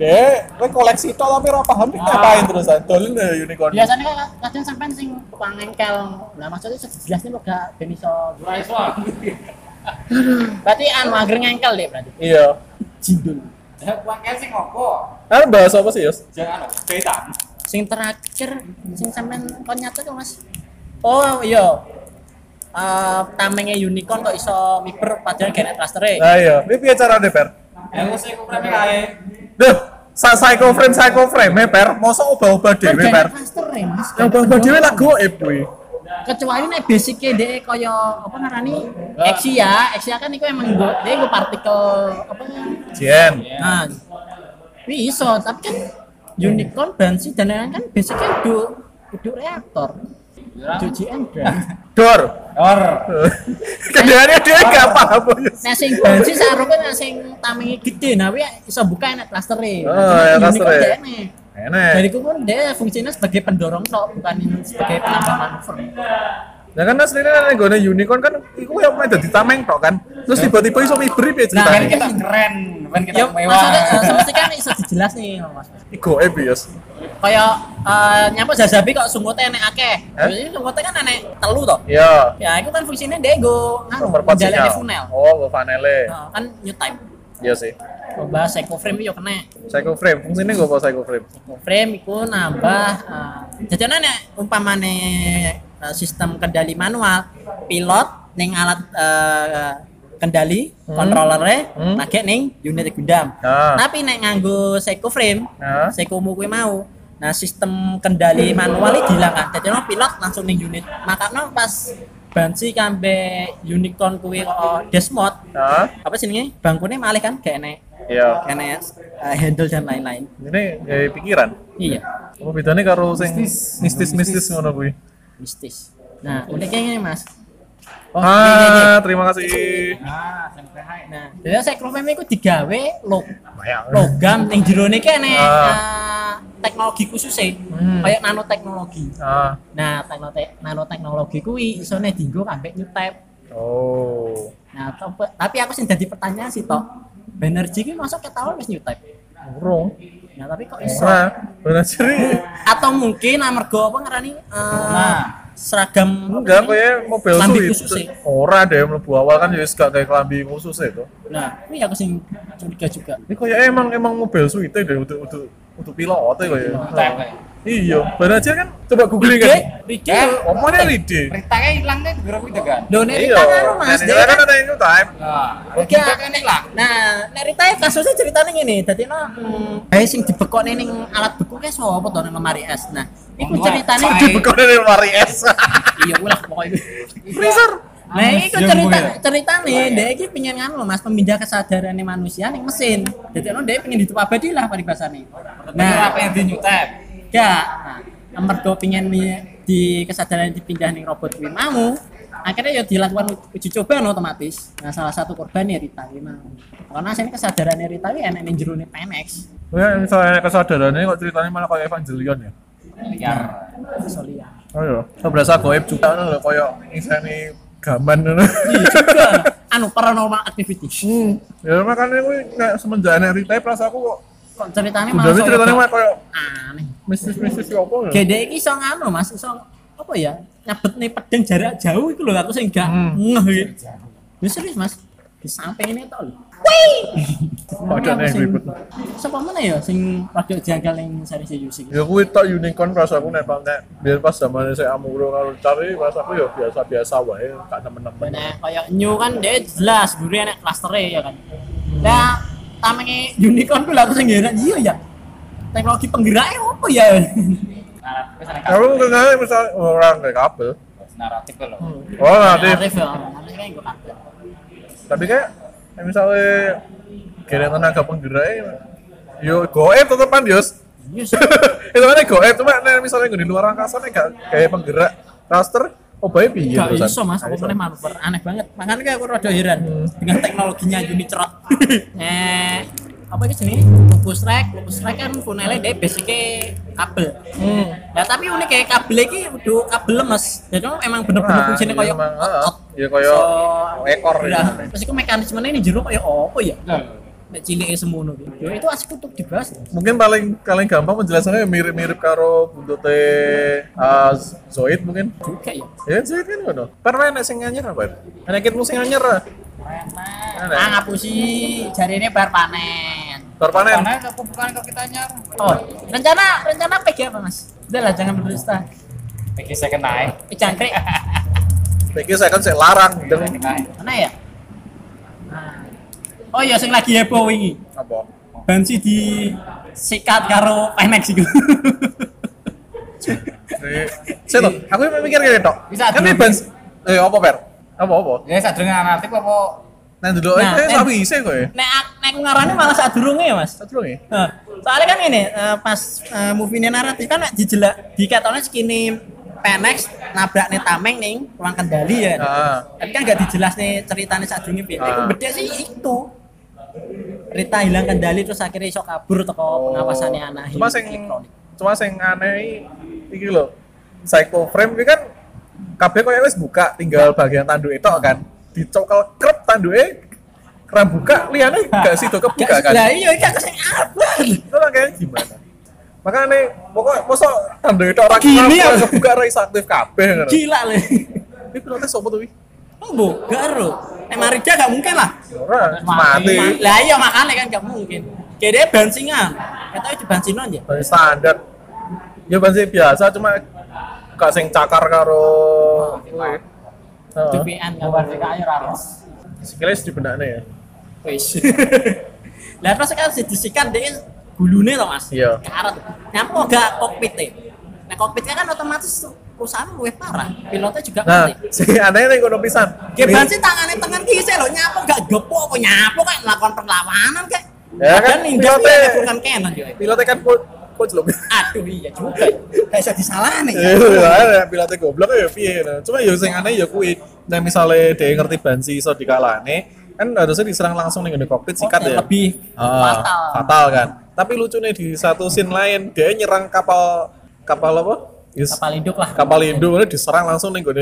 Dek, kowe koleksi tok tapi ora paham iki Ah. Iya. ngapain terusan. Dolen ya unicorn. biasanya kan kadang sampean sing tukang engkel lah maksudnya sebelas ini gak ben iso Ora iso ah. berarti anu angger ngengkel deh berarti Iya. jindul Ya, Uang kayak sing ngopo? Ah bahas apa sih, Yos? Jangan anu, kaitan. sing terakhir sing sampean kon nyata tuh mas oh iya Eh, tamengnya unicorn kok iso miber padahal genet rasternya Nah, iya. Ini piye carane, Per? Ya wis iku premi kae. Duh, sa psycho frame psycho frame eh, per, mosok obah-obah kan dhewe per. genet rasternya mas Ya obah-obah dhewe lah eh, goib kuwi. kecuali nek basicnya dia kaya apa ngarani eksia eksia kan itu emang gue dia gue partikel apa Jen. nah ini iso tapi kan unicorn bansi dan lain kan basicnya udah udah reaktor Ah. udah GM dan Dor. Or. Kendaraannya dia enggak paham. Yos. nah sing bansi seharusnya nah sing tamingi gede nah wih iso buka enak Nah, klasternya Oh, ya, klasternya. dari Enak. itu pun dia fungsinya sebagai pendorong tok bukan sebagai penambah manuver Nah kan aslinya nek gone unicorn kan iku yang main dadi tameng tok kan. Terus tiba-tiba iso mibri piye Nah, ceritane. Kan Iya. kita keren, kan kita ya mewah. maksudnya eh, semestinya kan iso dijelas nih mas Iki goib eh, Yos. kaya eh, nyamuk jajabi kok sungutnya enek akeh. Heh? Jadi sungutnya kan enek telu toh. Iya. Ya itu kan fungsinya dia go anu Perempat menjalani sinyal. funnel. Oh, gue funnel Nah, kan new type. Iya sih. Coba psycho frame yo kena. Psycho frame, fungsinya gue bawa psycho frame. Psycho frame iku nambah eh, jadinya nek umpamane eh, sistem kendali manual pilot ning alat eh, kendali controllernya Hmm. pakai ning unit gundam. Ah. Tapi nek nganggo psycho frame Nah, Seikomu kuwi mau. Nah, sistem kendali manual iki dihilangkan. Dadi ono pilot langsung ning unit. Makanya pas bansi kambe unicorn kuwi kok desmod nah, apa jenenge? Bangkune malih kan gak enek. iya. Gak enek eh, handle dan lain-lain. Ini gaya pikiran. Iya, Apa bedanya karo sing Mistis. mistis-mistis ngono kuwi? mistis. Nah, uniknya ini Mas. Oh, ini, Ah, terima kasih. Nah, sampai hai. Nah, jadi saya itu digawe lo Bayang. logam ning jerone iki enek Ah. eh, teknologi khusus e. Hmm. Kayak nanoteknologi. Ah. Nah, teknote- nanoteknologi kuwi isone dienggo kanggo new type Oh. Nah, to- tapi aku sing dadi pertanyaan sih toh. Benerji ki masuk ketahuan wis new type. Urung. Nah, tapi kok iso? Ora. Ora ciri. Atau mungkin amarga apa ngarani eh, seragam Enggak, ya. kaya mobil Lambi suwi. khusus sih. Ora deh, mlebu awal kan ya wis gak kayak klambi khusus itu. Nah, kuwi aku sing curiga juga. Ini kaya emang emang mobil suwi itu deh untuk untuk untuk pilot ya kaya. Type kae. Iya, benar kan coba googling kan. Rige, Rige. Eh, Omongnya Ride. Beritanya hilang kan gara itu kan. Lho, nek Rita karo Mas. dia Iya, kan kan- ada itu time. Nah, Oke. kita kan hilang. Nah, nek Rita ya kasusnya ceritanya ngene, dadi no hmm, eh sing dibekokne ning alat beku ke sapa to ning lemari es. Nah, iku Wong tua. ceritane Saya- Di bekon dari lemari es. iya kuwi lah pokoknya. Freezer. Nah, ini Yang cerita gue. cerita nih, dia ini pengen kan loh mas pemindah kesadaran manusia nih mesin. Jadi lo dia pengen hidup abadi lah pada bahasa nih. Nah, Nah, apa yang di new type? enggak. Nah, mergo pengen nih di kesadaran dipindah nih robot kuwi mau. Akhirnya ya dilakukan uji coba no, otomatis. Nah, salah satu korban ya Rita kuwi mau. Karena sini kesadaran Rita ini enak nih jero nih PMX. Ya, misalnya kesadarannya kok ceritanya malah kayak Evangelion ya. Liar. Iso lihat. Oh iya. Kok berasa goib juga lho kayak kan, misalnya gaman ngono. Iya Anu paranormal activity. Hmm. Ya makanya gue nek semenjak nek retype rasa aku kok Kok ceritanya malah Jadi so- ceritanya malah kayak aneh. mistis-mistis ya apa ya. Gede iki iso nganu Mas, iso apa ya? Nyabet nih pedang jarak jauh iku lho aku sing gak Hmm. ngeh iki. Ya serius Mas, di samping ini tok lho. Padahal yang gue ikut. Sapa mana ya sing rada jagal yang seri Yusi. Ya gue tok unicorn rasa aku nek nek biar pas zaman saya amuro kalau cari rasa aku ya biasa-biasa wae, gak temen-temen. Nah, kayak new kan dia jelas guru enak klasternya ya kan. Nah, tamenge unicorn ku lho aku sing ngira iya ya. Teknologi penggeraknya apa ya? Nah, terus ada kabel. Kamu kenal misalnya orang kayak oh, kabel? naratif loh. Oh, nanti. Arif ya, nanti kan gue kabel. tapi kayak kayak misalnya kira tenaga penggeraknya yo goib tetepan yos Iya sih. itu kan goib cuma nek misalnya gue di luar angkasa nih gak- kayak penggerak raster oh baik piye Gak terusan? iso mas, Gak aku iso. meneh manuver aneh banget. Makanya kayak aku rada heran dengan teknologinya Unicrot. eh apa itu jenis? Lupus rack, lupus rack kan funelnya dia basicnya kabel. Hmm. Nah tapi unik kayak kabel ini udah kabel lemes. Jadi emang bener-bener Nah, fungsinya iya kayak emang, heeh. otot. Iya, kayak So, ekor ya. Nah, terus itu mekanismenya ini jeruk kayak apa ya? Betul. nek cilik semono ki. Yo itu asik untuk dibahas. mungkin paling paling gampang penjelasannya mirip-mirip karo buntute eh, Zoid mungkin Juga ya. ya Zoid kan ngono permen nek sing anyar apa nek kitmu sing anyar ah. Enak. Ah ngapusi jarine bar panen. bar panen Karena aku bukan kalau kita nyar. Oh, rencana rencana PG apa Mas? Udah lah jangan berdusta. Bagi saya kenai. Eh, Jangkrik. Bagi saya kan saya larang Saya dengan kenai. Mana ya? Nah. Oh ya sing lagi heboh wingi. apa Bansi di sikat karo Penex iku. Jadi, saya tuh aku yang mikir kayak tok Bisa kan ini dulu. bans eh apa per apa apa Ya saya dengar artikel apa nah dulu eh Nah, eh, eh. tapi isi kok ya nek ak- nek ngarane malah sadurunge ya Mas. satu dong ya Nah, soalnya kan ini eh, pas eh, movie ini naratif kan nek dijelak dikatone segini Penex nabrak nih tameng ning ruang kendali ya. ah Tapi kan gak dijelas nih ceritanya saat dulu piye. Ah. Iku beda sih itu. Rita hilang kendali terus akhirnya iso kabur teko pengawasannya anak Oh. Cuma hilang sing elektronik. cuma sing aneh i- iki lho. Psycho frame iki kan kabeh koyo wis buka, tinggal bagian tanduk itu kan. Dicokel krep tanduke kram buka, liyane gak sido kebuka Gak kan. lah iya iki aku sing apa? Itu makanya gimana? Makanya pokok mosok tanduk itu orang krep, Gini ya? orang kebuka ora iso aktif kabeh ngono. Gila lho. Iki pilotnya sopo tuh? iki? Mbo, gak ero. Nek Marida gak mungkin lah. Ya Ora Mati. mati. Lah iya makanya kan gak mungkin. Kayaknya bansingan. Katanya di bansinon ya. Dari standar. Ya pasti biasa cuma gak sing cakar karo Oh, kuwi. iya. Heeh. VPN kan. gambar DKI raros. Sekiranya dibenakne ya. Wis. Lah terus kan si disikat dia gulune to Mas. Iya. Karat. Nyampe gak kokpit e. Nah kokpitnya kan otomatis tuh perusahaan lebih parah. Pilotnya juga Nah, mati. sing aneh nih kono pisan. Geban sih tangannya tangan kiri saya lo nyapu gak gepo apa nyapu kan melakukan perlawanan kayak. Ya kan, Dan nindas pilotnya- dia bukan kenan juga. Pilotnya kan kok kok jelek. Aduh iya juga. Kayak bisa disalahin ya. Iya, pilotnya goblok ya piye. nah. Cuma ya sing aneh ya kuwi. Nah, misalnya dia ngerti bansi iso dikalahne, kan harusnya diserang langsung nih di kokpit sikat ya. Lebih Ah, fatal. fatal kan. Tapi lucunya di satu scene lain dia nyerang kapal kapal apa? Yes. Kapal induk lah. Kapal Indo ini diserang langsung nih gue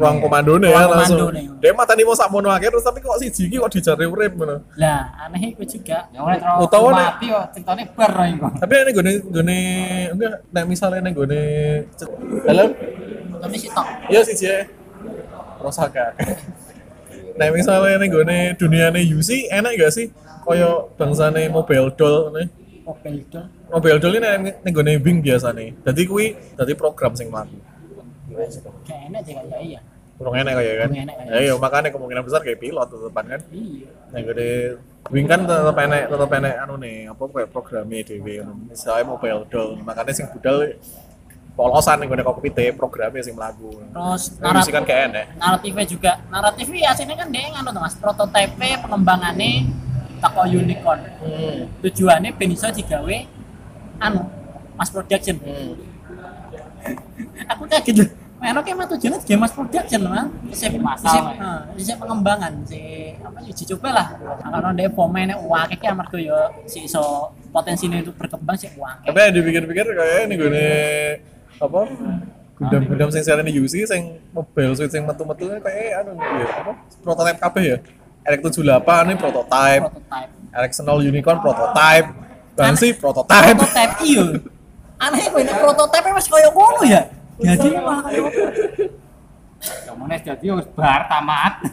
ruang komandone Ruang ya langsung. komandone. Dia mata nih mau sak mono akhir terus tapi kok si Jiki kok dijari urip ngono. Lah aneh itu juga. Yang mana Ya, terlalu Utawa nek- mati yo ceritanya bar lah ini. Tapi ini gue gue enggak, nah misalnya nih gue dalam, Tapi sih tok. iya sih cie, Rosaka. nah misalnya nih gue dunia nih Yusi enak gak sih? Koyo bangsa nih mobile doll nih, Oke itu. mobile doll ini nih gue Bing biasa nih. Jadi kui, jadi program sing mlaku. Kayak enak sih kayak iya. Kurang enak kayak kan? Kurang enak kayak. Ya iya makanya kemungkinan besar kayak pilot tetepan kan. Iya. Nah gue Wing kan tetep enek, tetep enek anu nih, apa kayak programnya dhewe ngono. Misalnya mobile doll, makanya sing budal polosan nih gue kokpit e, programnya sing mlaku. Terus Narasi kan kayak enek. naratifnya juga naratifnya aslinya kan dia nganu tuh mas prototipe pengembangannya tako unicorn tujuannya ben iso digawe anu mas production Hmm. aku kaget loh Nah, oke mah tujuannya game mas production mah sih Masal, sih ya. sih pengembangan sih apa uji coba lah Nah, kalau dia pemainnya uang kayak amat yo si iso potensinya itu berkembang sih uang Tapi yang dipikir-pikir kayak ini gue apa gundam-gundam sing siaran di UC, sing mobile suit sing metu-metu kayak anu ya apa prototipe kabeh ya. Elek 78 ini prototipe, prototipe Elek Senol Unicorn prototipe, Bansi prototipe. prototipe iya aneh kok ini prototipe mas koyo ngono ya jadi malah kayak Kamu nih jadi harus bar tamat.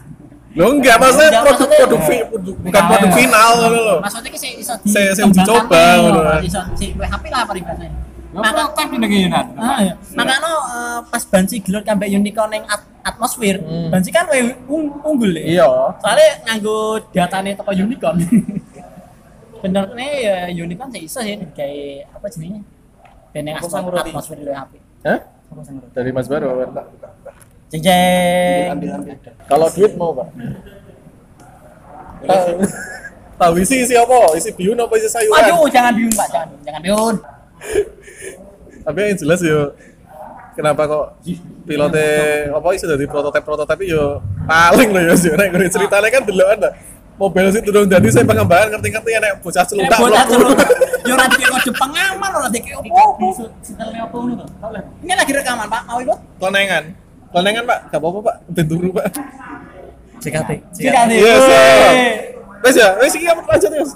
Lo enggak maksudnya Enggak, produk maksudnya- produk fi- produk- bukan produk Iya. final ngono lho. maksudnya ki sih iso Sing- sing dikembangkan dicoba, nih, ngono. lho. iso si HP lah peribahasane maka Maka tapi dengan Yunat. ah, iya. makanya eh, pas bansi gelor kambek unicorn yang at- atmosfer Hmm. bansi kan we- ung- unggul ya Iya. soalnya nganggo datane toko unicorn bener nih ya unicorn sih iso sih kayak apa jenenge Beneng Aku atmosfer sanggurati. atmosfer di HP Hah? Eh? Dari Mas Baro. Pak. jeng jeng iya. Kalau duit mau, Pak. Tahu- Tahu isi isi apa? Isi bihun apa isi sayuran? Aduh, jangan biun pak, jangan biun, jangan biun. Tapi yang jelas yo kenapa kok pilotnya apa isi dari prototipe prototipe yo paling loh yo sih. Nek gue ceritanya kan delokan lah. Mobil sih turun jadi saya pengembangan ngerti-ngerti enek bocah celundak. Buat aja lu, mlebu. jangan biun kode pengaman orang dikit opo. Ini lagi rekaman pak, mau ikut? Kelenengan. Kelenengan, Iya, Pak. Gak apa-apa, Pak. Ben turu, Pak. CKT. CKT. Yes, sir. Wes ya, wes iki apa lanjut Mas?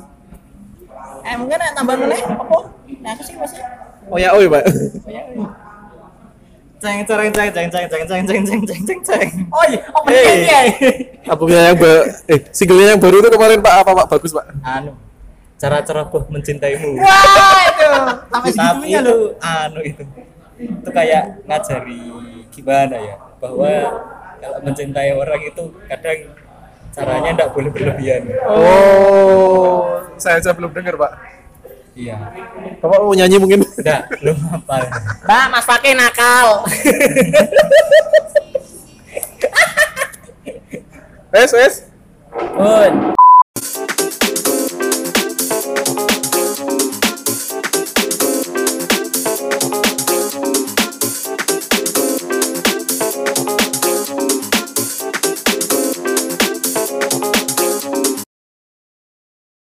Eh mungkin ada tambah meneh apa? Nah, aku sih masih. Oh ya, oh ya, Pak. Oh ya. oh ya. Ceng ceng ceng ceng ceng ceng ceng ceng ceng ceng ceng ceng. Oh iya, oh meneh Hey. ya. Albumnya yang ba- eh singlenya yang baru itu kemarin Pak apa Pak bagus Pak. Anu, cara-cara buah mencintaimu. Wah, itu. Sampai Tapi segitunya itu loh. anu itu itu kayak ngajari gimana ya bahwa kalau mencintai orang itu kadang caranya tidak boleh berlebihan. Oh, saya saya belum dengar Pak. Iya. Bapak mau nyanyi mungkin? Tidak, belum apa. Mbak, Mas Pakai nakal. Wes, wes. Pun.